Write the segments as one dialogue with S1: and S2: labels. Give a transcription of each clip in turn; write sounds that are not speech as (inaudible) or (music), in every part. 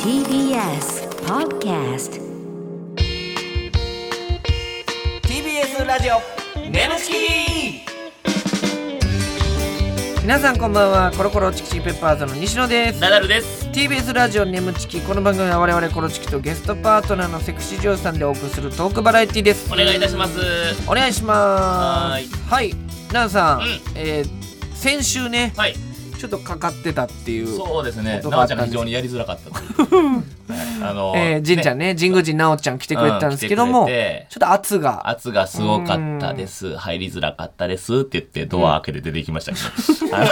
S1: TBS Podcast
S2: TBS ラジオネムチキ
S3: 皆さんこんばんはコロコロチキチキペッパーズの西野です
S2: ナダルです
S3: TBS ラジオネムチキこの番組は我々コロチキとゲストパートナーのセクシージョーさんでお送りするトークバラエティです
S2: お願いいたします
S3: お願いしま
S2: はーい
S3: すはいナンさん、
S2: うん
S3: えー先週ね
S2: はい
S3: ちょっとかかってたっていう
S2: そうですね
S3: 言葉
S2: な
S3: あ
S2: お
S3: っ
S2: ち
S3: た
S2: ゃ
S3: ん
S2: んが非
S3: です
S2: 常にやりづらかったという
S3: (laughs)
S2: はいあの
S3: えー、神社
S2: ね
S3: ね神宮寺奈緒ちゃん来てくれてたんですけども、
S2: うん来てくれて
S3: ちょっと圧が
S2: 圧がすごかったです入りづらかったですって言ってドア開けて出てきましたけ
S3: (laughs)
S2: ど、あ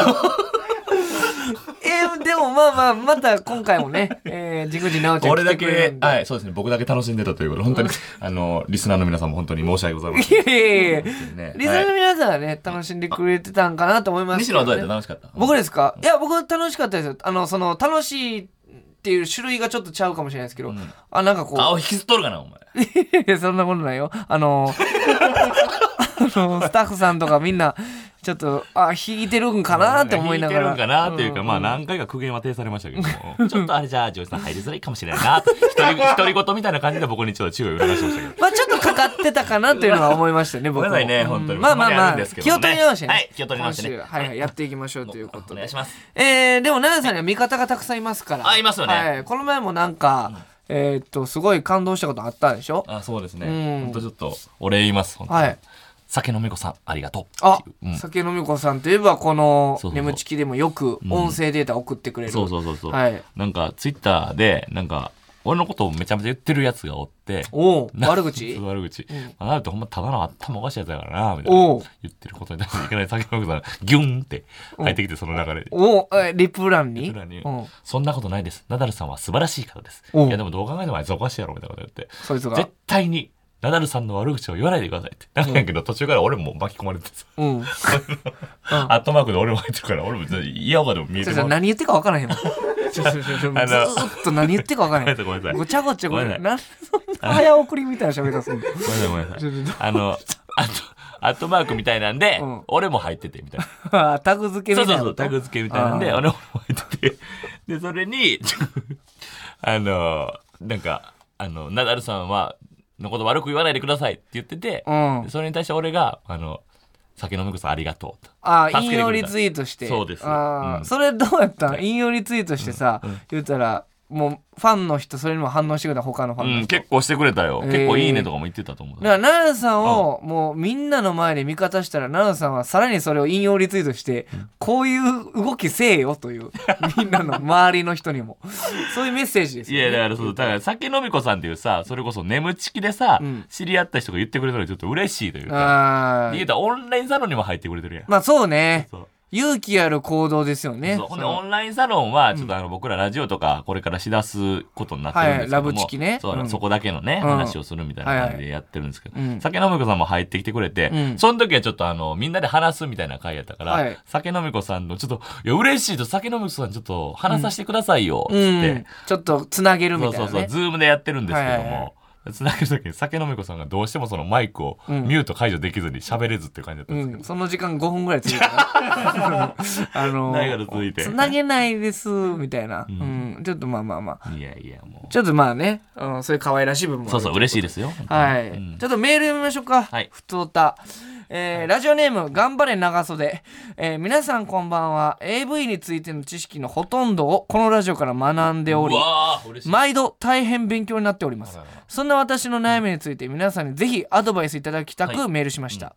S3: えー、でもまあまあまた今回もね、えー、神宮寺奈緒ち
S2: の
S3: ゃん
S2: 俺
S3: 来て
S2: だ
S3: くれる
S2: け
S3: んで
S2: はいそうですね僕だけ楽しんでたということ
S3: (laughs)
S2: 本当にあのリスナーの皆さんも本当に申し訳ございま
S3: い
S2: せん
S3: やいやいや
S2: ね
S3: リスナーの皆さんはね、楽しんでくれてたんかなと思いますけ
S2: 西
S3: ね、
S2: 野はどうやった楽しかった
S3: 僕ですかいや、僕楽しかったですよ。あの、その、楽しいっていう種類がちょっとちゃうかもしれないですけど、あ、なんかこ (laughs)
S2: 顔
S3: う、
S2: 引きずっとるかなお前
S3: いやそんなことないよ。あの、 (laughs) あの、スタッフさんとかみんな、ちょっと、あ、引いてるんかなって思いながら。
S2: 弾いてるんかなっていうか、まあ何回か苦言は呈されました
S3: (laughs)
S2: けども、ちょっとあれじゃあ、ジョージさん入りづらいかもしれないなって、独り独り言みたいな感じで僕にちょっと注意を促しましたけど。
S3: まあちょっとかかってたかなというのは思いましたね、
S2: ご
S3: 僕
S2: め
S3: も。
S2: んなさいね、本当
S3: う
S2: に。
S3: んまあまあ
S2: ここに
S3: ま
S2: るん
S3: あ
S2: です、けど
S3: 気を取り直してね。
S2: はい、気を取り直してね。
S3: 今週はいはい、やっていきましょうというこ
S2: お
S3: とで
S2: 願い。します。
S3: えー、でも奈々さんには味方がたくさんいますから
S2: あいますよね
S3: はい、この前もなんか、えーっとすごい感動したことあったでしょ
S2: あ、そうですね。
S3: うん
S2: 本当ちょっと、お礼言います、本当に
S3: はい
S2: 酒飲み子さん、ありがとう。
S3: あ、
S2: うん
S3: 酒飲み子さんといえばこの
S2: そうそうそう
S3: 眠ちきでもよく音声データ送ってくれる、
S2: そうそうそうそう。
S3: はい
S2: なんか、ツイッターで、なんか、俺のことをめちゃめちゃ言ってるやつがおって、
S3: おう悪
S2: そ (laughs)
S3: 口
S2: う悪口。
S3: ん
S2: まあなるとほんまただの頭おかしいやつだからな、みたいな。
S3: おう
S2: 言ってることに対していきなり酒飲み子さんがギュンって入ってきて、その流れで。
S3: おうえリプ欄に
S2: リプ欄に
S3: うん、
S2: そんなことないです。ナダルさんは素晴らしい方です。い
S3: おう
S2: や、でもどう考えてもあいつおかしいやろ、みたいなこと言って。
S3: そいつが
S2: 絶、対に、ナダルさんの悪口を言わないでくださいって。なんやけど、途中から俺も巻き込まれてさ、
S3: うん、
S2: アットマークで俺も入ってるから、俺も嫌顔でも見え
S3: そ
S2: て
S3: いつ
S2: もらう。
S3: が何言ってるか分からへんもんちょちょちょちょず
S2: あの
S3: ーっと何言ってるか分からへん
S2: ごめんなさい
S3: ごちゃごちゃごめ
S2: ごめ
S3: ん
S2: ん
S3: なんでそんな早送りみたいな喋り出す
S2: (laughs)
S3: んだ
S2: ごめんなさい、ごめんな
S3: ち
S2: さ
S3: ょちょ
S2: い。あの、あと、アットマークみたいなんで、
S3: うん
S2: 俺も入ってて、みたいな。
S3: あータグ付け
S2: そう
S3: みた
S2: そ
S3: い
S2: そ
S3: うな
S2: う、タグ付けみたいなんで、
S3: あー
S2: 俺も入ってて。で、それに、 (laughs) ちょあの、なんか、あの、ナダルさんは、のこと悪く言わないでくださいって言ってて、
S3: うん
S2: でそれに対して俺が、あの、酒飲み子さんありがとうと。
S3: ああ、
S2: 助
S3: 引
S2: けてくれた
S3: 用リツイートして。
S2: そうです
S3: ああ、
S2: うん
S3: それどうやったん引用リツイートしてさ、言うたら、もうファンの人、それにも反応してくれた、他のファ
S2: う
S3: ンの
S2: ん、
S3: 人。
S2: 結構してくれたよ。
S3: えー
S2: 結構いいねとかも言ってたと思う。
S3: だから、奈良さんを、もうみんなの前で味方したら、奈良さんはさらにそれを引用リツイートして、こういう動きせえよ
S2: (laughs)
S3: という、みんなの周りの人にも。そういうメッセージです
S2: い
S3: よ、
S2: や、
S3: ね。
S2: だから、そう、だから、酒飲み子さんっていうさ、それこそ眠ちきでさ、
S3: うん
S2: 知り合った人が言ってくれたらちょっと嬉しいというか、
S3: あ
S2: 言う
S3: あ。
S2: たらオンラインサロンにも入ってくれてるやん。
S3: まあそうね。
S2: そう
S3: 勇気ある行動ですよね。
S2: そうほんで
S3: その
S2: オンラインサロンはちょっとあの僕らラジオとかこれからしだすことになってるんですけども、
S3: はいラブチキね
S2: そう
S3: うん
S2: そこだけのね、
S3: うん
S2: 話をするみたいな感じでやってるんですけど、
S3: はいはいうん
S2: 酒飲み子さんも入ってきてくれて、
S3: うん
S2: その時はちょっとあのみんなで話すみたいな会やったから、
S3: はい
S2: 酒飲み子さんのちょっといや嬉しいと酒飲み子さんちょっと話させてくださいよっつって、
S3: うん。ちょっとつなげるみ
S2: そ
S3: たいうな、ね。
S2: そうそうズームでやってるんですけども。
S3: はいはいは
S2: つなげる時に酒飲み子さんがどうしてもそのマイクを
S3: うん
S2: ミュート解除できずに喋れずっていう感じだったんですけど、
S3: うん、その時間5分ぐらい続いたなあの
S2: 長いこと続いて
S3: つなげないですみたいな、うん
S2: ん
S3: ちょっとまあまあまあ
S2: いやいやもう
S3: ちょっとまあね、うん、そういう可愛らしい部分も
S2: そうそう嬉しい
S3: で
S2: ですよ
S3: はい、
S2: うん
S3: ちょっとメール読みましょうか、
S2: はい
S3: ふつおたえーラジオネーム頑張れ長袖、えー皆さんこんばんは AV についての知識のほとんどをこのラジオから学んでおり
S2: うわー嬉しい
S3: 毎度大変勉強になっております
S2: あらら
S3: そんな私の悩みについて皆さんにぜひアドバイスいただきた
S2: は
S3: くメールしました、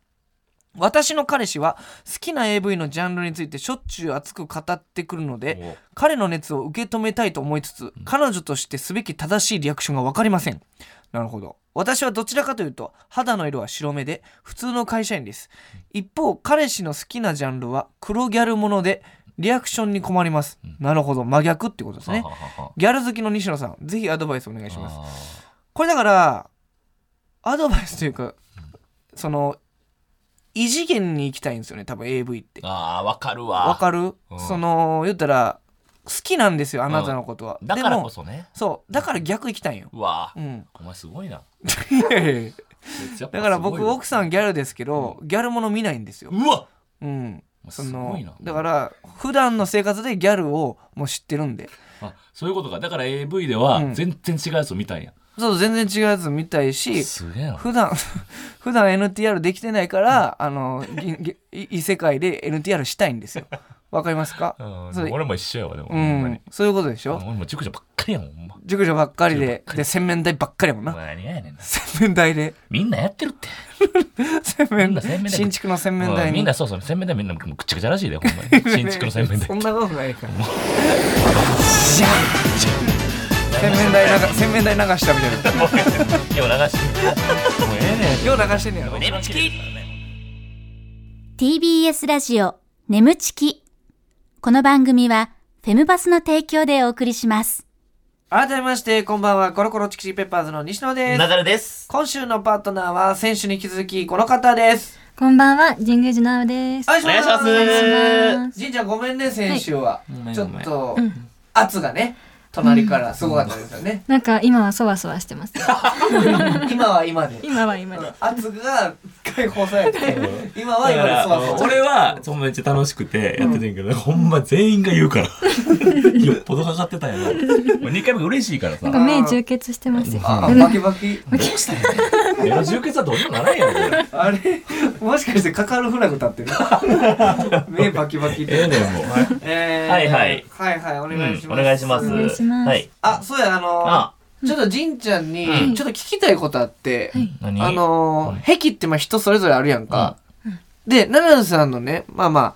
S3: 私の彼氏は好きな AV のジャンルについてしょっちゅう熱く語ってくるので
S2: お
S3: 彼の熱を受け止めたいと思いつつ彼女としてすべき正しいリアクションが分かりませんなるほど私はどちらかというと肌の色は白目で普通の会社員です一方彼氏の好きなジャンルは黒ギャルものでリアクションに困ります、なるほど真逆ってことですね
S2: はははは
S3: ギャル好きの西野さんぜひアドバイスお願いします
S2: す。
S3: これだからアドバイスというかその異次元に行きたいんですよね多分 AV って
S2: あーあー、わかるわ。
S3: わかる
S2: うん
S3: その言ったら好きなんですよあなたのことは、
S2: だ
S3: で
S2: から
S3: も
S2: こそね。
S3: そうだから逆行きたいんよ
S2: うわあ
S3: う、 (laughs) ん
S2: お前すごいな。
S3: いやいやいや
S2: やっぱすごいわ
S3: だから僕奥さんギャルですけどギャルもの見ないんですよ
S2: うわ
S3: うん
S2: もう
S3: そ
S2: すご
S3: の
S2: いな
S3: だから普段の生活でギャルをもう知ってるんで
S2: あそういうことかだから AV では
S3: うん
S2: 全然違うやつを見たんや、
S3: そう全然違うやつ見たいし
S2: すげえな
S3: 普段 (laughs) 普段 NTR できてないから、あのぎぎ異世界で NTR したいんですよわかりますか
S2: うん
S3: それ
S2: 俺も一緒やわでも、
S3: う
S2: ほんまに
S3: んそういうことでしょ
S2: 俺も熟女ばっかりやもんほんま
S3: 熟女ばっかり
S2: 熟女ばっ
S3: で
S2: かり
S3: で洗面台ばっかりやもん
S2: お
S3: な
S2: 前何がやねんな
S3: 洗面台で
S2: みんなやってるって
S3: 洗面
S2: みんな洗面台
S3: 新築の洗面台
S2: うんみ
S3: に
S2: んなそうそう洗面台みんなもうくっちゃくちゃらしいでほん
S3: (laughs)
S2: まに新築の洗面台
S3: そんなことないから
S2: じゃ
S3: 洗面台流洗面台流したみたいな
S2: 今日流
S3: (laughs)
S2: してもうええねん
S3: よう流してんねやろ
S1: TBS ラジオ眠ちきこの番組はフェムバスの提供でお送りします
S3: 改めましてこんばんはコロコロチキチキペッパーズの西野です
S2: 流れです
S3: 今週のパートナーは選手に引き続きこの方です
S4: こんばんは、神宮寺奈緒です。
S3: お願い
S2: お願いします
S4: ます
S3: じんちゃんごめんね先週は、ちょっと
S4: ん
S3: 圧がね隣からすごかったですよね、
S4: なんか今はそわそわしてます。
S3: 今は今で
S4: 今は今で。
S3: 圧が解放されて今は
S2: だ
S3: 今
S2: か
S3: で
S2: ら
S3: そわそわ
S2: 俺はそんなめっちゃ楽しくてやっててんけど、ほんま全員が言う
S3: (laughs)
S2: からよっぽどかかってたんやなもう2回目嬉しいからさ
S3: (laughs)
S4: なんか目充血してますよ。
S3: あバキバキ
S2: どうしたんやねんいや充血はどうにもならんやろこれ
S3: あれもしかしてかかるフラグ立っ
S2: (laughs)
S3: てる目バキバキ
S2: ええねんもう
S3: えー
S2: はいはい
S3: はいはいお願いします、
S2: うんお願いします
S4: お願いします
S2: はい
S3: あそうやあのー
S2: あ
S3: ちょっとじんちゃん
S2: う
S3: に
S2: ん
S3: ちょっと聞きたいことあって、
S2: 何
S3: あのー癖ってまあ人それぞれあるやんか、で奈良さんのねまあまあ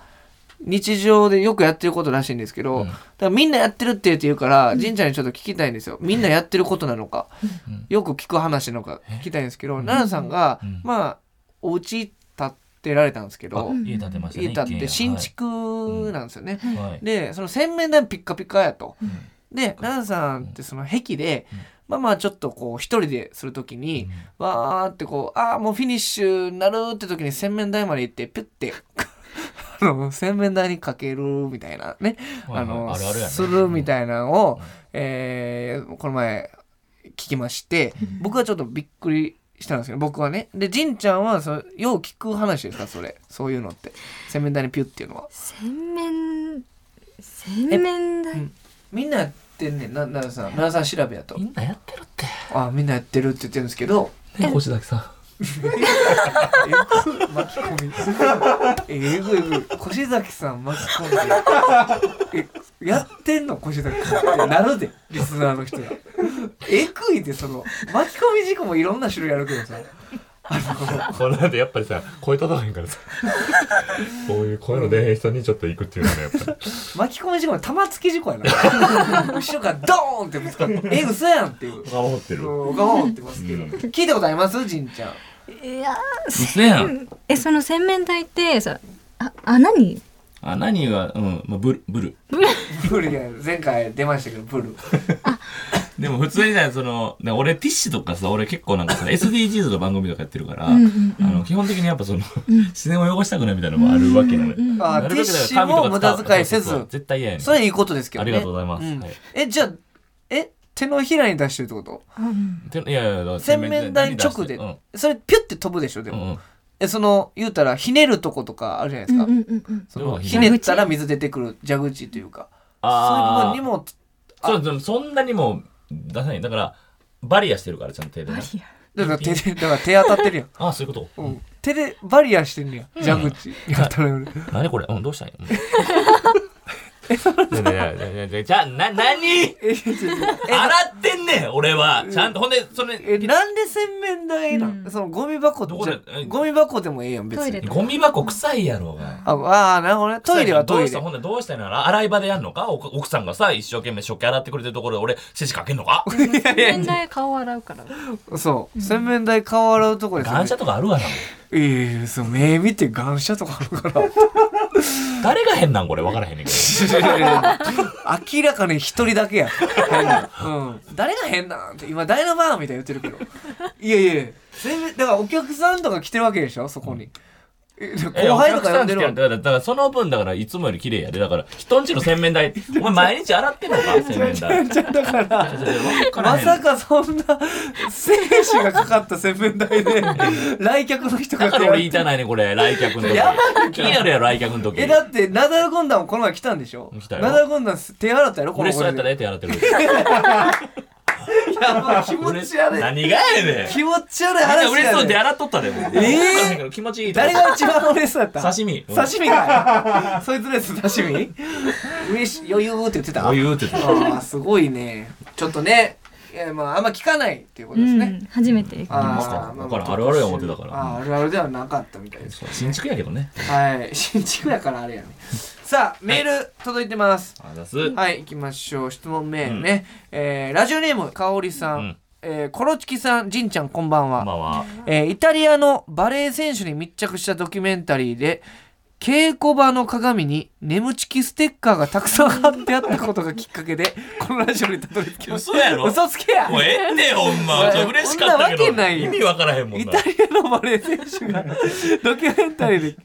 S3: 日常でよくやってることらしいんですけど、
S2: うん
S3: だからみんなやってるって言うから、じんちゃんにちょっと聞きたいんですよみんなやってることなのか、
S2: ん
S3: よく聞く話なのか聞きたいんですけど奈良さんが、
S2: うん
S3: まあお家建てられたんですけ
S2: あ
S3: ど、
S2: 家建てましたね
S3: 家建って新
S2: 一
S3: 築なんですよね、
S2: 軒家はいはい
S3: でその洗面台ピッカピカやと。で奈々さんってその壁で、まあまあちょっとこう一人でする時に、わーってこうああもうフィニッシュなるって時に洗面台まで行ってピュッて (laughs) あの洗面台にかけるみたいなね、
S2: はいはい
S3: あの
S2: あるあるやね
S3: するみたいなのを、えーこの前聞きまして僕はちょっとびっくりしたんですけど僕はねでじんちゃんはそのよう聞く話ですかそれそういうのって洗面台にピュッっていうのは。
S4: 洗面、洗面台。
S3: みんなやってんねんな奈良さん奈良さん調べやと
S2: みんなやってるって
S3: あみんなやってるって言ってるんですけど
S2: ね星崎さん
S3: えぐい巻き込みえぐいえぐい越崎さん巻き込ん (laughs) でえやってんの越崎さんってなるでリスナーの人がえぐいでその巻き込み事故もいろんな種類あるけどさあ
S5: これなんでやっぱりさ声立たないからさこういう声の出へん人にちょっと行くっていうのがやっぱり
S3: の巻き込み事故の玉突き事故やな後ろからドーンってぶつかってえ嘘やんっていう
S5: 頑張ってる
S3: おかまってますけど、聞いたことありますじんちゃん
S4: いや
S2: 嘘やん
S4: ー、え、その洗面台って、さ、あ、穴に。
S2: あ何がうんまあブルブル
S3: ブルや前回出ましたけどブル
S2: でも普通にね、その、ね俺ティッシュとかさ、俺結構なんか
S3: (laughs)
S2: さ、SDGs の番組とかやってるから、
S4: んうん
S2: あの基本的にやっぱその、自然を汚したくないみたいなのもあるわけなのよ。
S3: あ
S2: な
S3: ーテ
S2: る
S3: ィ
S2: べ
S3: ッ
S2: くだから
S3: シュも
S2: 紙
S3: 無
S2: とか使う
S3: 駄遣いせず
S2: そうそうそう絶対嫌やねん
S3: それいいことですけどね
S2: ありがとうございます
S3: ん
S2: はい
S3: えじゃあえ手のひらに出してるってこと
S2: ていやいやだから
S3: 洗面台に直で、
S2: うん
S3: それピュッて飛ぶでしょで
S2: う
S3: も、
S2: んうん
S3: えその言うたらひねるとことかあるじゃないで
S4: うん
S3: すか、
S4: うんうんうん。
S3: そ
S2: で
S3: の
S2: も
S3: ひねったら水出てくる蛇口というかそう
S2: あ
S3: いう
S2: ー
S3: 部分にも
S2: そうでもそんなにも出さない。だから、バリアしてるから、ちゃんと手でね。
S3: だから手でだから手当たってるやん、
S2: ああ、そういうこ
S3: うん、手でバリアしてんねや蛇口、やった
S2: (laughs)
S3: らより
S2: と。何これうん、どうしたんや。うんねえねえねえねえじゃあ、な、何
S3: えちょちょちょえ
S2: 洗ってんねん、俺は。ちゃんと、ほんで、それ、
S3: えなんで洗面台なん、そのゴミ箱
S2: どこ
S3: じ
S2: で
S3: ゃ
S2: え
S3: ゴミ箱でもええやん別
S4: トイ
S3: に
S4: レ
S2: ゴミ箱臭いやろうが。
S3: ああーなるほどねトイレはトイ
S2: どうし
S3: レ
S2: たほんでどうしたのやろ洗い場でやんのか奥奥さんがさ一生懸命食器洗ってくれてるところで俺指示かけんのか
S4: 洗面台顔洗うから。
S3: そう洗面台顔洗うとこですよね
S2: 感謝とかあるわな
S3: ええそう目見てガンシャとかある
S2: (laughs)
S3: から
S2: 誰が変なんこれ分からへんねんけ
S3: 明らかに一人だけや変な、うん、誰が変なんって今ダイナバーンみたいに言ってるけどいやいや全然だからお客さんとか来てるわけでしょそこに、え後
S2: えお
S3: 輩と
S2: 客
S3: か
S2: さ
S3: 呼
S2: ん
S3: んで
S2: 来て
S3: る
S2: るだから、だからその分、だから、いつもより綺麗やで。だから、人んちの洗面台、お前毎日洗ってんのか洗面台。
S3: (laughs) じゃだから
S2: (laughs)
S3: まさかそんな精子がかかった洗面台
S2: (laughs)
S3: で来客の人
S2: だ
S3: が
S2: か
S3: 来
S2: ら
S3: る
S2: 俺言いたないね、これ、来客の時。
S3: やば
S2: 気になるやろ、来客の時。
S3: えだってナダルゴンダンもこの前来たんでしょ
S2: 来たよ
S3: ナダルゴンダン手洗ったやろこの
S2: 嬉しそうやった
S3: ね
S2: ねって洗ってる。
S3: やばい (laughs) 気持ち悪い
S2: 何がやねん。
S3: 気持ち悪い
S2: みん
S3: 話
S2: な嬉しそうって
S3: だね
S2: 洗っとったで。もう
S3: え
S2: わか
S3: ー
S2: らへんけど気持ちいいと
S3: 誰が一番嬉しそうやった
S2: 刺身。
S3: 刺身かいそいつのやつ刺身嬉し余裕って言ってた
S2: お湯って言ってた。
S3: ああすごいねちょっとねいやまああんま聞かないっていうこと
S4: う
S3: ですね、
S4: ん、初めて。
S3: あ
S2: ますか
S3: ーまあ
S2: だから
S3: まあ
S2: あるあるや思ってたから
S3: あーあるあるではなかったみたいです
S2: 新築やけどね。
S3: はい新築やからあれやね (laughs) さあメール届いてます
S2: あざす。
S3: はい行きましょう質問メールね、えーラジオネームかおりさん、
S2: うん
S3: えーコロチキさんじんちゃんこんばんは、
S2: まあま
S3: えーイタリアのバレエ選手に密着したドキュメンタリーで稽古場の鏡に眠ちきステッカーがたくさん貼ってあったことがきっかけで (laughs) このラジオにたどり着き
S2: あ。
S3: まし
S2: 嘘や
S3: た
S2: ろ
S3: 嘘つけや
S2: もうええってほんま。ちょ嬉しかったけど。
S3: そんなわけない
S2: 意
S3: よ
S2: 味わからへんもん
S3: イ
S2: な
S3: タ。リアのバレエ選手がドキュメンタリーで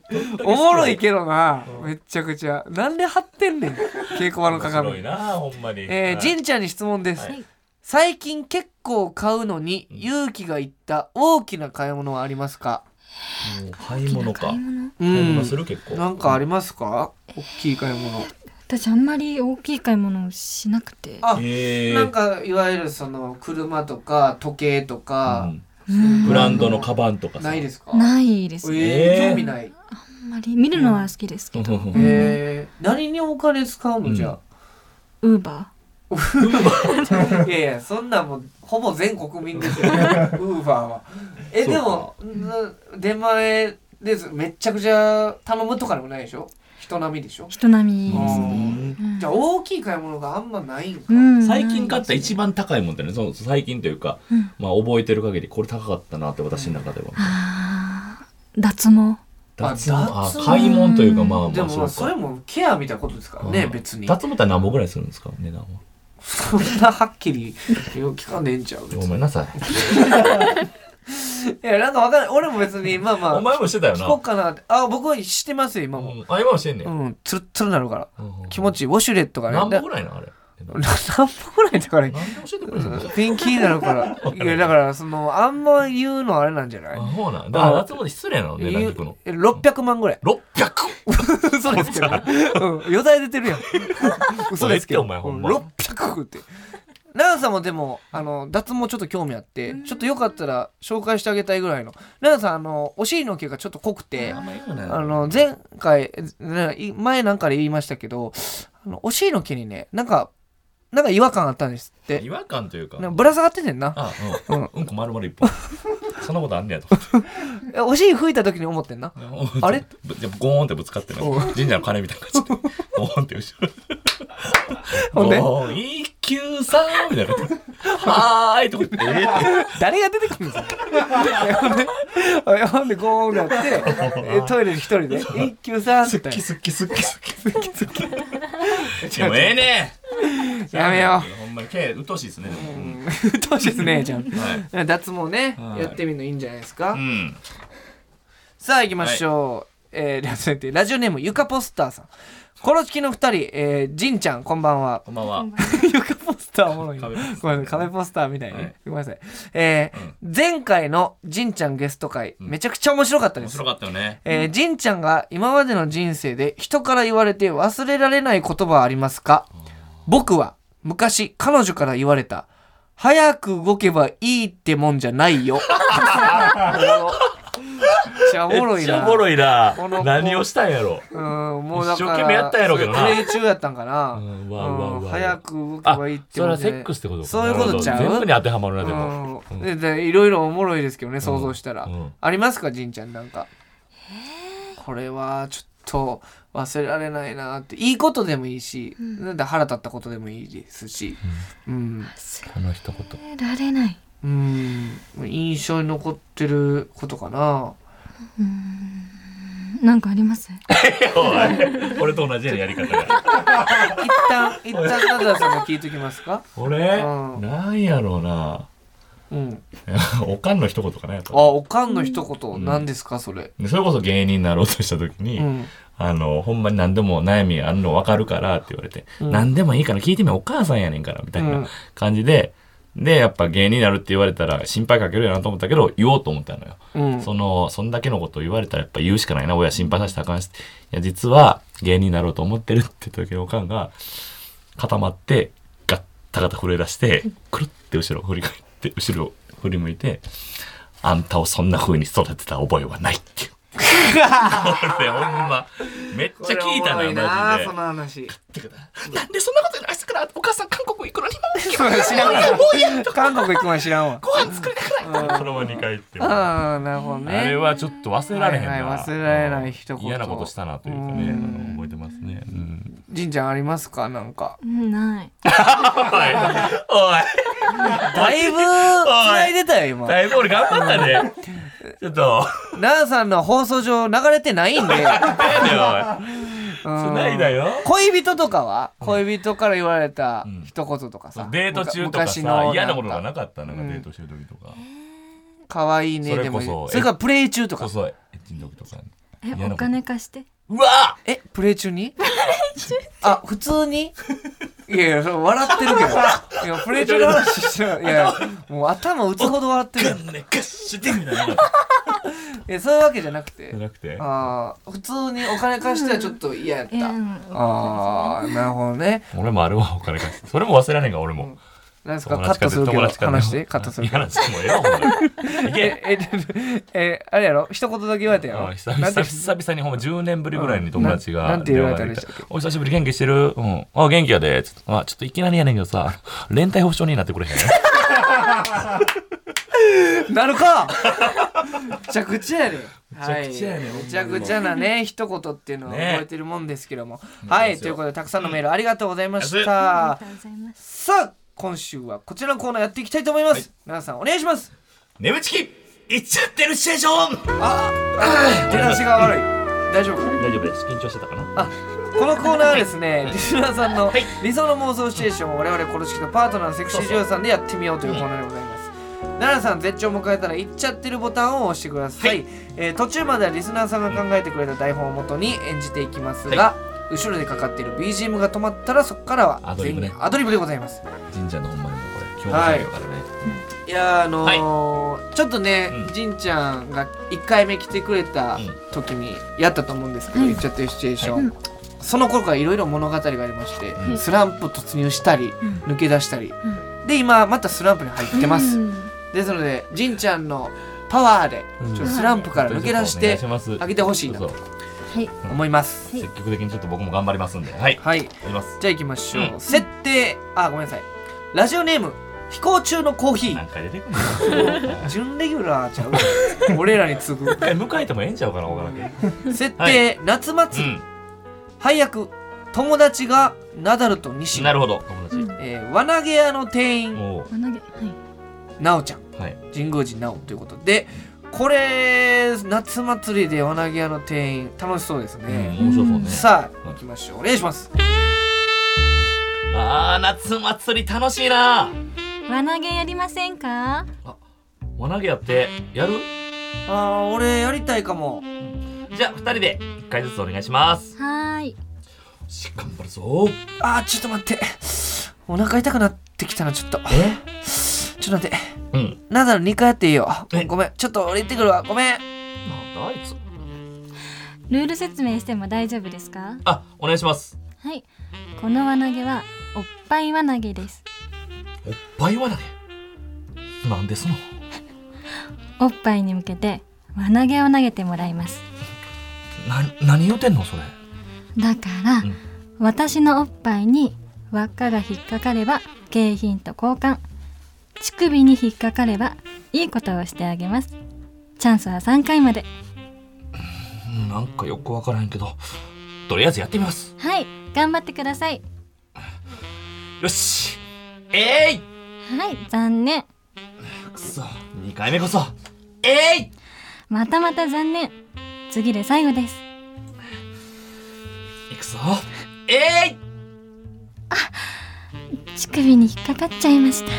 S3: おもろいけどなめっちゃくちゃなんで貼ってんねん稽古場の
S2: 面白い
S3: 鏡
S2: な、ほんまに。
S3: えー、じんちゃんに質問です、
S2: はい
S3: 最近結構買うのに勇気がいった大きな買い物はありますか
S2: うん買い物か
S4: 買い。物
S3: う
S2: 買い
S3: ん
S2: 物する結構。
S3: なんかありますか大きい買い物
S4: 私あんまり大きい買い物をしなくて。
S3: あ
S2: え
S3: なんかいわゆるその車とか時計とか、
S4: うん
S2: ブランドのカバンとかさ。
S3: ないですか
S4: ないですね。
S3: えー
S2: えー
S3: 興味ない
S4: あんまり見るのは好きですけど。
S2: うん
S3: えー、何にお金使うのじゃ
S4: ウーバ
S3: あ、いやいやそんなんもうほぼ全国民ですよウーバーはえ
S2: そう
S3: で
S2: か
S3: もん出前ですめっちゃくちゃ頼むとかでもないでしょ人並みでしょ
S4: ー。人並み
S2: う
S4: です
S2: ん
S4: ね。うん
S3: じゃあ大きい買い物があんまないんか、
S4: うん
S2: 最近買った
S4: ない
S2: 一番高いもんってね、その最近というか、
S4: うん
S2: まあ覚えてる限りこれ高かったなって私の中では。
S4: あー脱毛。
S2: 脱毛
S3: あ
S2: あ
S3: 脱毛
S2: 買い物というかまあ
S3: で
S2: まあ
S3: も
S2: そ
S3: ま
S2: うか。
S3: あそれもケアみたいなことですからね
S2: うん
S3: 別に
S2: 脱毛って何本ぐらいするんですか値段は。
S3: そんなはっきりよう聞かねえんちゃう別
S2: ご
S3: に
S2: めんなさい。
S3: いやなんかわかんない俺も別にまあまあ
S2: お前もしてたよ
S3: 聞こう
S2: な。
S3: かなってあ僕はしてますよ今も
S2: うんあ、今もしてんね。
S3: うんんつるつるなるから
S2: うんうん
S3: 気持ちいいウォシュレットがね
S2: 何
S3: だ
S2: 本ぐらいなあれ。
S3: 何本ぐらいだから
S2: 何で教えてくれるんですか
S3: ピンキーなる
S2: (laughs)
S3: からいやだからそのあんま言うのあれなんじゃな
S2: あ、
S3: い
S2: ほうなん。だから脱毛って失礼なの値段
S3: 言う
S2: 聞くの。
S3: え600万ぐらい
S2: 600!
S3: (laughs) 嘘ですけど、ね、うん余罪出て
S2: (laughs)
S3: るやん嘘ですけど
S2: お前お前ほんま
S3: うん600って奈良さんもでもあの脱毛ちょっと興味あってちょっとよかったら紹介してあげたいぐらいの奈良さんあのお尻の毛がちょっと濃くて
S2: あんま言うなよ
S3: あの前回ねい前なんかで言いましたけどあのお尻の毛にねなんかなんか違和感あったんですって
S2: 違和感というか。
S3: なんかぶら下がっててんな
S2: あ、う
S3: うんん。
S2: うんこ丸々一本。そんなことあんねやと思って。
S3: えお尻吹いた時に思ってんなあれ
S2: ぶじゃあゴーンってぶつかってね
S3: おう
S2: 神社の鐘みたいな感じでゴーンって後ろ
S3: ほんで
S2: ゴーン一休さんみたいなはーいとか言ってえーって
S3: (laughs) 誰が出てくるんですか (laughs) ほんでほんでゴー
S2: (laughs)
S3: ンってなってえトイレに一人で「一休さん」
S2: す
S3: っ
S2: ってきすっきすっきすっきすっきすっきでもええね
S3: やめよ
S2: うほんまに毛うっとうしいですねでも
S3: ううんうっ (laughs) とうしいですねじゃん
S2: はい
S3: 脱毛ね
S2: はい
S3: やってみるのいいんじゃないですか
S2: うん
S3: さあ行きましょう、えーでは続いてラジオネームゆかポスターさんコロチキの二人、えー、じんちゃんこんばんは
S2: こんばんは
S3: ゆかポスターおもろいな
S2: 壁ポスター
S3: ごめんなさい壁ポスターみたいに、
S2: はい
S3: ごめんなさいえー前回のじんちゃんゲスト会、めちゃくちゃ面白かったで
S2: 面
S3: す
S2: 白かったよね
S3: えー、じんちゃんが今までの人生で人から言われて忘れられない言葉はありますか僕は昔彼女から言われた早く動けばいいってもんじゃないよ。めっちゃおもろいな。
S2: いな
S3: この
S2: したんやろ
S3: うん、もうだから
S2: 一生懸命やったんやろうけどな
S3: それプレイ中やったんかな。
S2: うんわうわうわうわ
S3: 早く動け
S2: あ
S3: ばいいって
S2: それ
S3: もん
S2: は
S3: じ
S2: セ
S3: ゃな
S2: ッ
S3: い
S2: クスってことか
S3: そういうことちゃう
S2: なるほど全部に当てはまるなでも
S3: うんででいろいろおもろいですけどね想像したら、
S2: うん
S3: ありますかじんちゃんなんかこれはちょっと忘れられないなっていいことでもいいし、なんだ腹立ったことでもいいですしうん、
S2: この一言
S4: えられない。
S3: うん、印象に残ってることかな
S4: なんかあります。
S2: 俺と同じようなやり方が
S3: 一
S2: (laughs)
S3: 旦一旦ナダルさんも聞いときますか
S2: 俺、
S3: うん
S2: なんやろうな (laughs)
S3: うん、
S2: おかんの一言かなやっぱ
S3: あおかんの一言何ですかそれ、
S2: でそれこそ芸人になろうとした時に、
S3: うん、
S2: あの、ほんまに何でも悩みあるの分かるからって言われて、
S3: うん
S2: 何でもいいから聞いてみようお母さんやねんからみたい
S3: うん
S2: な感じで、で、やっぱ芸人になるって言われたら心配かけるやなと思ったけど、言おうと思ったのよ。
S3: うん
S2: その、そんだけのことを言われたらやっぱ言うしかないな、親心配させたらあかんし、いや、実は芸人になろうと思ってるって時のおかんが固まって、ガッタガタ震え出して、くるって後ろ振り返って、後ろ振り向いて、あんたをそんな風に育てた覚えはない
S3: (laughs)
S2: っていう。これほんま、めっちゃ聞いたな、
S3: これおもろいな
S2: マジで
S3: そ。の (laughs) 話
S2: なんでそんなこと言うの明日からお母さん韓国行くのに
S3: 知らん (laughs) わ韓国行く前知らんわ
S2: ご飯作りたくないそのまま2回行って
S3: ああなるほどね
S2: あれはちょっと忘れられへんな、
S3: はいはい忘れられない一言
S2: 嫌なことしたなというかね
S3: うん
S2: あの覚えてますね、うん、
S3: じんちゃんありますかなんか
S6: うんない
S2: おいおい
S3: だいぶ繋いでたよ今
S2: だいぶ俺頑張ったねちょっと
S3: 奈良さんの放送上流れてな
S2: (laughs)
S3: いんで
S2: 何やねんおい
S3: うん
S2: ないだよ
S3: 恋人とかは恋人から言われた
S2: うん
S3: 一言とかさ、
S2: デート中とか
S3: 昔
S2: さ
S3: の
S2: 嫌なことがな
S3: か
S2: かったなんか
S3: うん
S2: デートしてる時とか、
S3: 可愛いねでもいい
S2: それこそ
S3: それからプレイ中と
S2: そう
S3: か
S2: そうエッチの時とか
S6: え
S2: 嫌なこと
S6: お金貸して
S2: うわ
S3: えプレイ中にあ普通にいやいやそれ笑ってる
S2: (laughs)
S3: けどいやプレイ中の話してるいやいやもう頭打つほど
S2: (laughs)
S3: 笑ってる
S2: ガンねガッシュてみたいなの
S3: いやそういうわけじゃなくて
S2: じゃなくて
S3: ああ普通にお金貸してはちょっと嫌やった、
S6: えうん
S3: ああなるほどね
S2: 俺もあれはお金貸してそれも忘れられへんが俺も、
S3: なんですか
S2: 友
S3: カ
S2: 達
S3: ッ
S2: か
S3: トするけど
S2: 友達か
S3: 話してカットする
S2: い
S3: けど
S2: や話してもええわほんまいけ
S3: ええちょっとえあれやろ一言だけ言われたや
S2: あ
S3: ろ
S2: 久
S3: な
S2: 々
S3: んて
S2: 久々にほんま10年ぶりぐらいに友達
S3: うん
S2: が
S3: ななんて言われたん
S2: 電
S3: で
S2: 話
S3: したっけ
S2: お久しぶり元気してるうん。あ、元気やで。つってあ、ちょっといきなりやねんけどさ、連帯保証人になってくれへん
S3: なるかめちゃくちゃやね
S2: めちゃくちゃやね
S3: はい、めちゃくちゃなね一言っていうのを
S2: ね
S3: 覚えてるもんですけども、はいということでたくさんのメールありがとうございまし
S6: あ
S3: た、
S6: りがとうございます
S3: さあ今週はこちらのコーナーやっていきたいと思います、皆さんお願いします
S2: 眠ちき行っちゃってるシチュエーション
S3: 出だしが悪い大丈夫か
S2: 大丈夫です。緊張してたかな
S3: あこのコーナーはですね、リスナーさんの理想の妄想シチュエーションを我々この式のパートナーのセクシー女優さんでやってみようというコーナーでございます。奈良さん絶頂を迎えたら行っちゃってるボタンを押してください、えー途中まではリスナーさんが考えてくれた台本をもとに演じていきますが、後ろでかかっている BGM が止まったらそこからは
S2: アドリブね
S3: 全員アドリブでございます
S2: 神社のほんまにもうこれ、今日の作業からね。
S3: いやーあのーちょっとね、
S2: うん
S3: じんちゃんが1回目来てくれた時にやったと思うんですけど、言っちゃってるシチュエーション、その頃からいろいろ物語がありまして、
S2: うん
S3: スランプ突入したり、
S6: ん
S3: 抜け出したり、で今またスランプに入ってます、
S6: うん
S3: ですのでじんちゃんのパワーで
S2: うん
S3: ちょっとスランプから抜け出し
S2: お願
S3: て
S2: います
S3: あげてほしいな
S2: そう
S3: と
S2: そう
S6: はい
S3: 思います、
S2: 積極的にちょっと僕も頑張りますんで。はい。
S3: はい
S2: やります。
S3: じゃあ行きましょう、
S2: う
S3: 設定あごめんなさいラジオネーム飛行中のコーヒ
S2: 何
S3: ー
S2: 回出てくるの (laughs)
S3: 準レギュラーちゃう俺らに次ぐ
S2: え迎えてもええんちゃうかな、岡田
S3: 設定、
S2: は
S3: 夏
S2: 君。
S3: 祭り、配役友達がナダルと
S2: う
S3: 西
S2: ん。
S3: 野
S2: なるほど。友達。
S3: えー、輪投げ屋の店員
S2: も
S6: お投げはい
S3: 奈緒ちゃん
S2: う、はい。
S3: 神宮寺奈緒ということでこれ夏祭りで輪投げ屋の店員楽しそうです
S2: うん
S3: ね、
S2: 面白そうね。
S3: さあ
S2: うん
S3: 行きましょうお願いします
S2: あー夏祭り楽しいな
S1: 輪投げやりませんか
S2: 輪投げやってやる
S3: あー俺やりたいかも
S2: じゃあ二人で一回ずつお願いします
S1: はーい。
S2: し頑張るぞ
S3: あーちょっと待ってお腹痛くなってきたなちょっと
S2: え
S3: ちょっと待って
S2: うん
S3: ナダル2回やっていいよ
S2: え
S3: ごめんちょっと俺行ってくるわごめん
S2: なんだあいつ
S1: ルール説明しても大丈夫ですか
S2: あお願いします
S1: はい。この輪投げは、おっぱい輪投げです。
S2: おっぱい輪投げなんですの
S1: おっぱいに向けて、輪投げを投げてもらいます。
S2: な何言うてんのそれ
S1: だから、
S2: うん
S1: 私のおっぱいに輪っかが引っかかれば景品と交換乳首に引っかかればいいことをしてあげますチャンスは3回まで
S2: なんかよくわからへんけどとりあえずやってみます
S1: はい頑張ってください
S2: よしえい
S1: はい残念
S2: くそ二回目こそえい
S1: またまた残念次で最後です
S2: いくぞえい
S1: 乳首に引っかかっちゃいました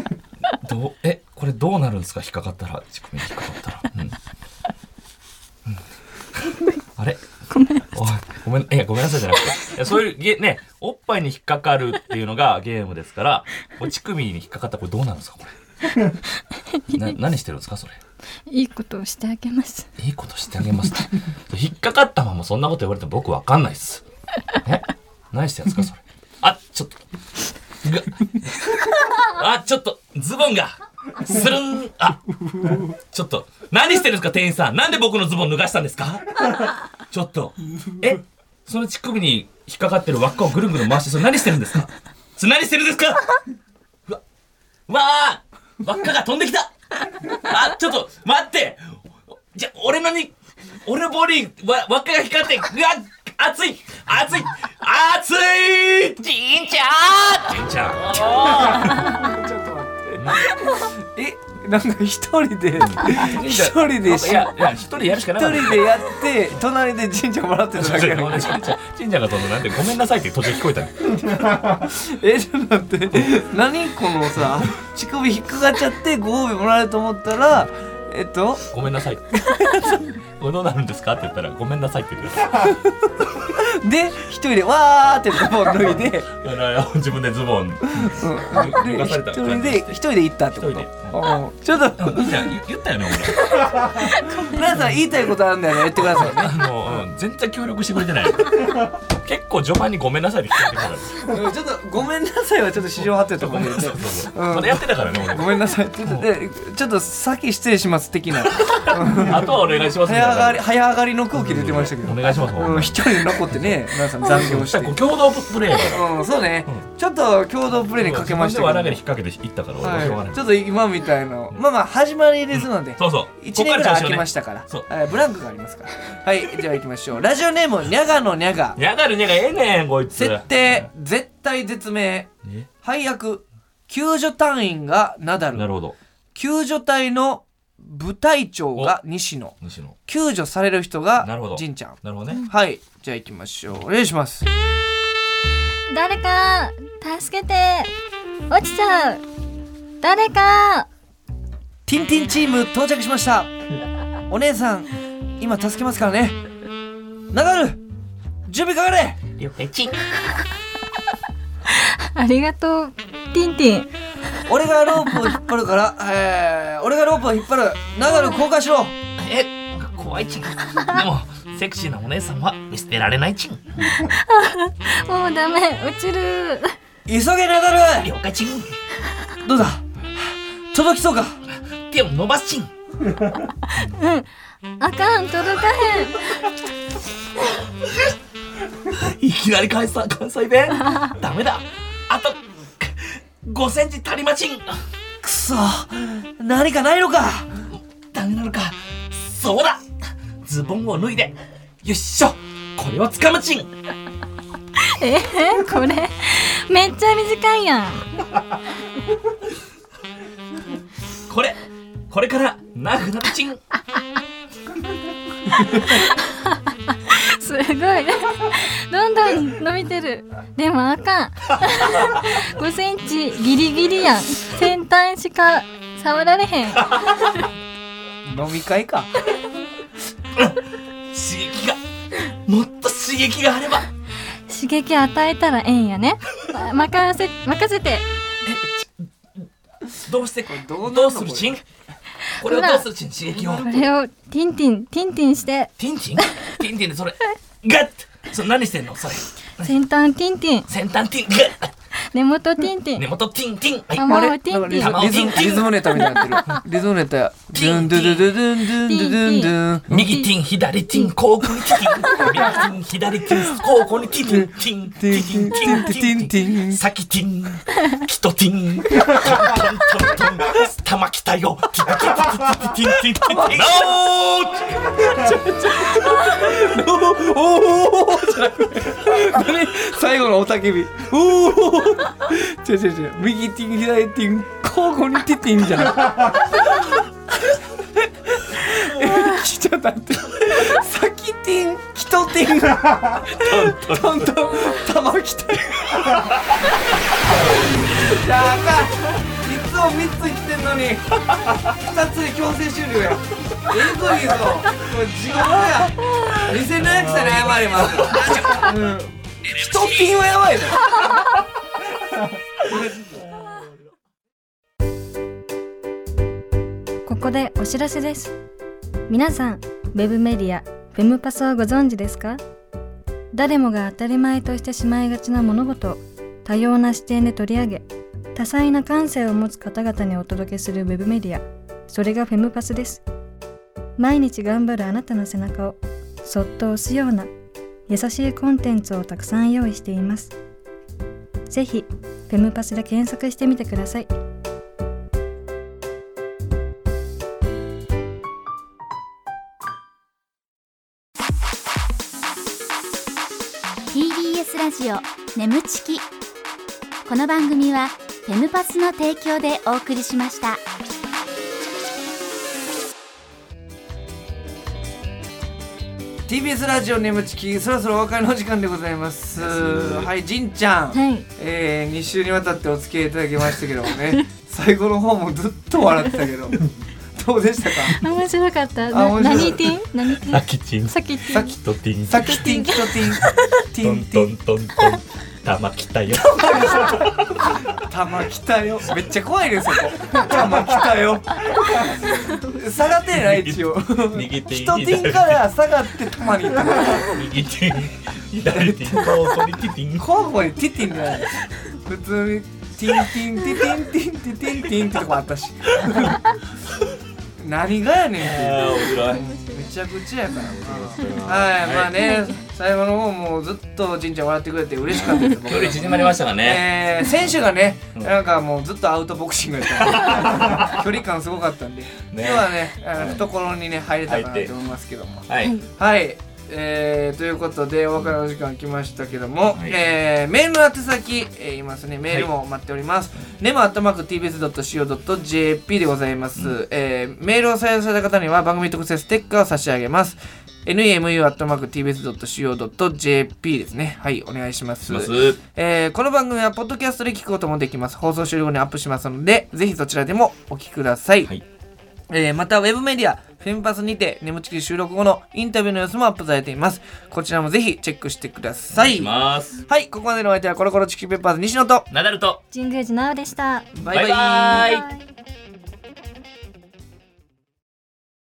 S5: (laughs)
S2: っ
S5: どうなるんですか引っかかったら乳首に引っかかったら、うんうんあれごめんごめんいやごめんなさいじゃなくていやそういうゲねおっぱいに引っかかるっていうのがゲームですからお乳首に引っかかったらこれどうなるんですかこ (laughs) れな何してるんですかそれ
S1: いいことをしてあげます
S5: いいことしてあげますって (laughs) 引っかかったままそんなこと言われても僕わかんないっすえ何してんですかそれあちょっとが (laughs) あちょっとズボンがするんあちょっと何してるんですか店員さんなんで僕のズボン脱がしたんですか (laughs) ちょっとえその乳首に引っかかってる輪っかをぐるんぐるん回してそれ何してるんですかそれ何してるんですかうわうわあ輪っかが飛んできたあ、ちょっと、待ってじゃ、俺のに、俺のボディ、わ、輪っかが光って、うわ、熱い熱い熱いじんちゃんじんちゃん
S3: えなんか一人で (laughs) 一人でし
S5: いや、いや、一人でやるしかなかっ
S3: 一
S5: た。
S3: 人でやって隣で神社笑ってただけ
S5: ち
S3: や
S5: ょっとごめ
S3: の
S5: んなさいじんちゃんがそのなんでごめんなさいって途中聞こえたの
S3: (laughs) えちょっと待って何このさ乳首引っかかっちゃってご褒美もらえると思ったらえっと
S5: ごめんなさいこれどうなるんですかって言ったらごめんなさいって言ってた
S3: で一人でわーってズボン脱いで
S5: だから自分でズボン
S3: うんで
S5: 脱がされ
S3: 一
S5: た
S3: 人で一人で行ったってこと
S5: 一人で
S3: うんちょっと
S5: じゃん言言ったよね
S3: 皆さん言いたいことあるんだよね言ってくださいね
S5: 俺あの、うん、全然協力してくれてない結構序盤にごめんなさいって聞いてくれたから
S3: うんちょっとごめんなさいはちょっと市場張ってたと思うんで
S5: (laughs) そうそうそうそれやってたからね俺
S3: ごめんなさいちょっとでちょっと先失礼します
S5: (laughs)
S3: 的な
S5: あとはお願いしますみ
S3: 早
S5: たい
S3: 上がり
S5: な
S3: 早上がりの空気出てましたけど
S5: お願いしますほん
S3: う
S5: ま
S3: ん
S5: に
S3: 一人で残ってね皆さん残業して
S5: 共同プレーやか
S3: うんそうねちょっと共同プレーに
S5: ら
S3: かけました
S5: 自分では投げ
S3: けど
S5: に引っ掛けていったから俺はしょうが
S3: は
S5: ない
S3: いちょっと今みたいなまあまあ始まりですので
S5: そうそう
S3: 1年ぐらい空きま
S5: し
S3: したから
S5: そう
S3: はいブランクがありますからはいじゃあ行きましょうラジオネームにゃがのにゃが
S5: たやがるにゃがええねんこいつ
S3: 設定絶対絶命配役救助隊員がナダル
S5: なるほど
S3: 救助隊の部隊長が西野
S5: 西野
S3: 救助される人
S5: なるほ
S3: が
S5: ど
S3: じんちゃん
S5: なるほどね
S3: はいじゃあ行きましょうお願いします
S1: 誰か助けて落ちちゃう誰か
S3: ティンティンチーム到着しましたお姉さん今助けますからねナダル準備かかれ
S2: 了解チン
S1: ありがとうティンティン
S3: 俺がロープを引っ張るから、えー、俺がロープを引っ張るナダル交換しろ
S2: え怖いチンでもセクシーなお姉さんは見捨てられないチン
S1: もうダメ落ちる
S3: 急げナダル
S2: 了解チン
S3: どうだ届きそうか
S2: 手を伸ばすチン
S1: あかん届かへん
S2: いきなり関西関西弁ダメだあと5センチ足りまちん
S3: くそ何かないのか
S2: ダメなのかそうだズボンを脱いでよっしょこれはつかむちん
S1: えー、これめっちゃ短いやん
S2: これこれから長くなるちん
S1: すごいどんどん伸びてるでもあかん (laughs) 5センチギリギリやん先端しか触られへん
S3: 飲み会か
S2: 刺激がもっと刺激があれば
S1: 刺激与えたらええんやねま任せ任せて
S2: どうしてこ
S3: こ
S2: れ
S3: れどうなる
S2: ど
S3: の
S2: うするちんこれを
S1: ほら
S2: どうするちん刺激を
S1: これをティンティンティンティンして
S2: ティンチンティンティンでそれガッそれ何してんのそれ
S1: 先端ティンティン
S2: 先端ティンガッ
S1: 根元ティンティ
S2: 根
S1: ン
S2: 元ティンティンはい
S1: 玉をテ
S3: な
S1: ィ
S3: ん
S1: ン
S3: か
S1: テ
S3: リズ
S1: ィン
S2: 玉を
S3: リズムリズムネタみたいになってるリズムネタドゥンドゥドゥドゥドゥンドゥンドゥドゥンドゥン
S2: 右ティン、左ティン、交互にティティン。右ティン、左ティン、交互にティティン、ティン、ティティン、ティン、ティン、ティン。先ティン、キトティン、トントントントン、玉来たよ、ティティティティティティティティティティノー
S3: おおーじゃなくて何最後の雄たけびおお違う違う違う右ティン左ティン交互にティティンじゃないえちょっと待って先ティンキトティントントン玉きたいやあかんいつもコン3ついってんのに2つで強制終了やえぐいぞもう地獄や2700歳に謝れますうん一ピンはやばいな
S1: ここでお知らせです皆さんウェブメディアフェムパスをご存知ですか誰もが当たり前としてしまいがちな物事を多様な視点で取り上げ多彩な感性を持つ方々にお届けするウェブメディアそれがフェムパスです毎日頑張るあなたの背中をそっと押すような優しいコンテンツをたくさん用意していますぜひフェムパスで検索してみてください
S7: ラジオ眠ちきこの番組はフェムパスの提供でお送りしました
S3: 「TBS ラジオ眠ちき」そろそろお別れの時間でございますはいじんちゃん、
S1: はい
S3: えー、2週にわたってお付き合いいただきましたけども
S1: (laughs)
S3: ね最後の方もずっと笑ってたけどどうでしたか
S1: 面白かった
S3: あ
S1: な
S3: 面白い
S1: 何ティン何ティ
S5: あ
S1: ン
S5: キチン
S1: さっきティン
S5: キトティン
S3: さっきティンキとティンテ
S5: ト
S3: ィン
S5: ン
S3: テ
S5: ト
S3: ィン
S5: ントントン玉来たよ
S3: 玉来たよめっちゃ怖いねそこ玉来たよ下がってない一応
S5: (laughs) 右手
S3: 一ティンから下がって玉に行った
S5: 右手左手交互にティティン
S3: 交互にティティンじゃない普通にティンティンティティンティティンティティンってとこあったし何がやねんっていう
S5: あー面白い
S3: めちゃくちゃやからなはい、まあね最後の方もずっとじんちゃん笑ってくれて嬉しかったです僕
S5: 距離縮まりましたかね
S3: えー、選手がね、なんかもうずっとアウトボクシングやった (laughs) んで距離感すごかったんで、今日はね、あの懐にね入れたかなと思いますけども、
S5: はい
S3: はい、えー、ということでお別れの時間来ましたけども、
S5: はい
S3: えーメールの宛先、えー、言いますねメールも待っております、ネマアットマーク TBS.CO.JP でございます、えーメールを採用された方には番組特製ステッカーを差し上げます nemu アットマーク tbs.co.jp ですねはいお願いします
S5: します
S3: えーこの番組はポッドキャストで聞くこともできます放送終了後にアップしますのでぜひそちらでもお聞きください、
S5: はい
S3: えーまたウェブメディアフェンパスにて眠ちきり収録後のインタビューの様子もアップされていますこちらもぜひチェックしてください
S5: します
S3: はいここまでのお相手はコロコロチキペッパーズ西野と
S5: ナダルと
S1: 神宮寺奈央でした
S5: バ
S3: バ
S5: イバイ
S1: バイ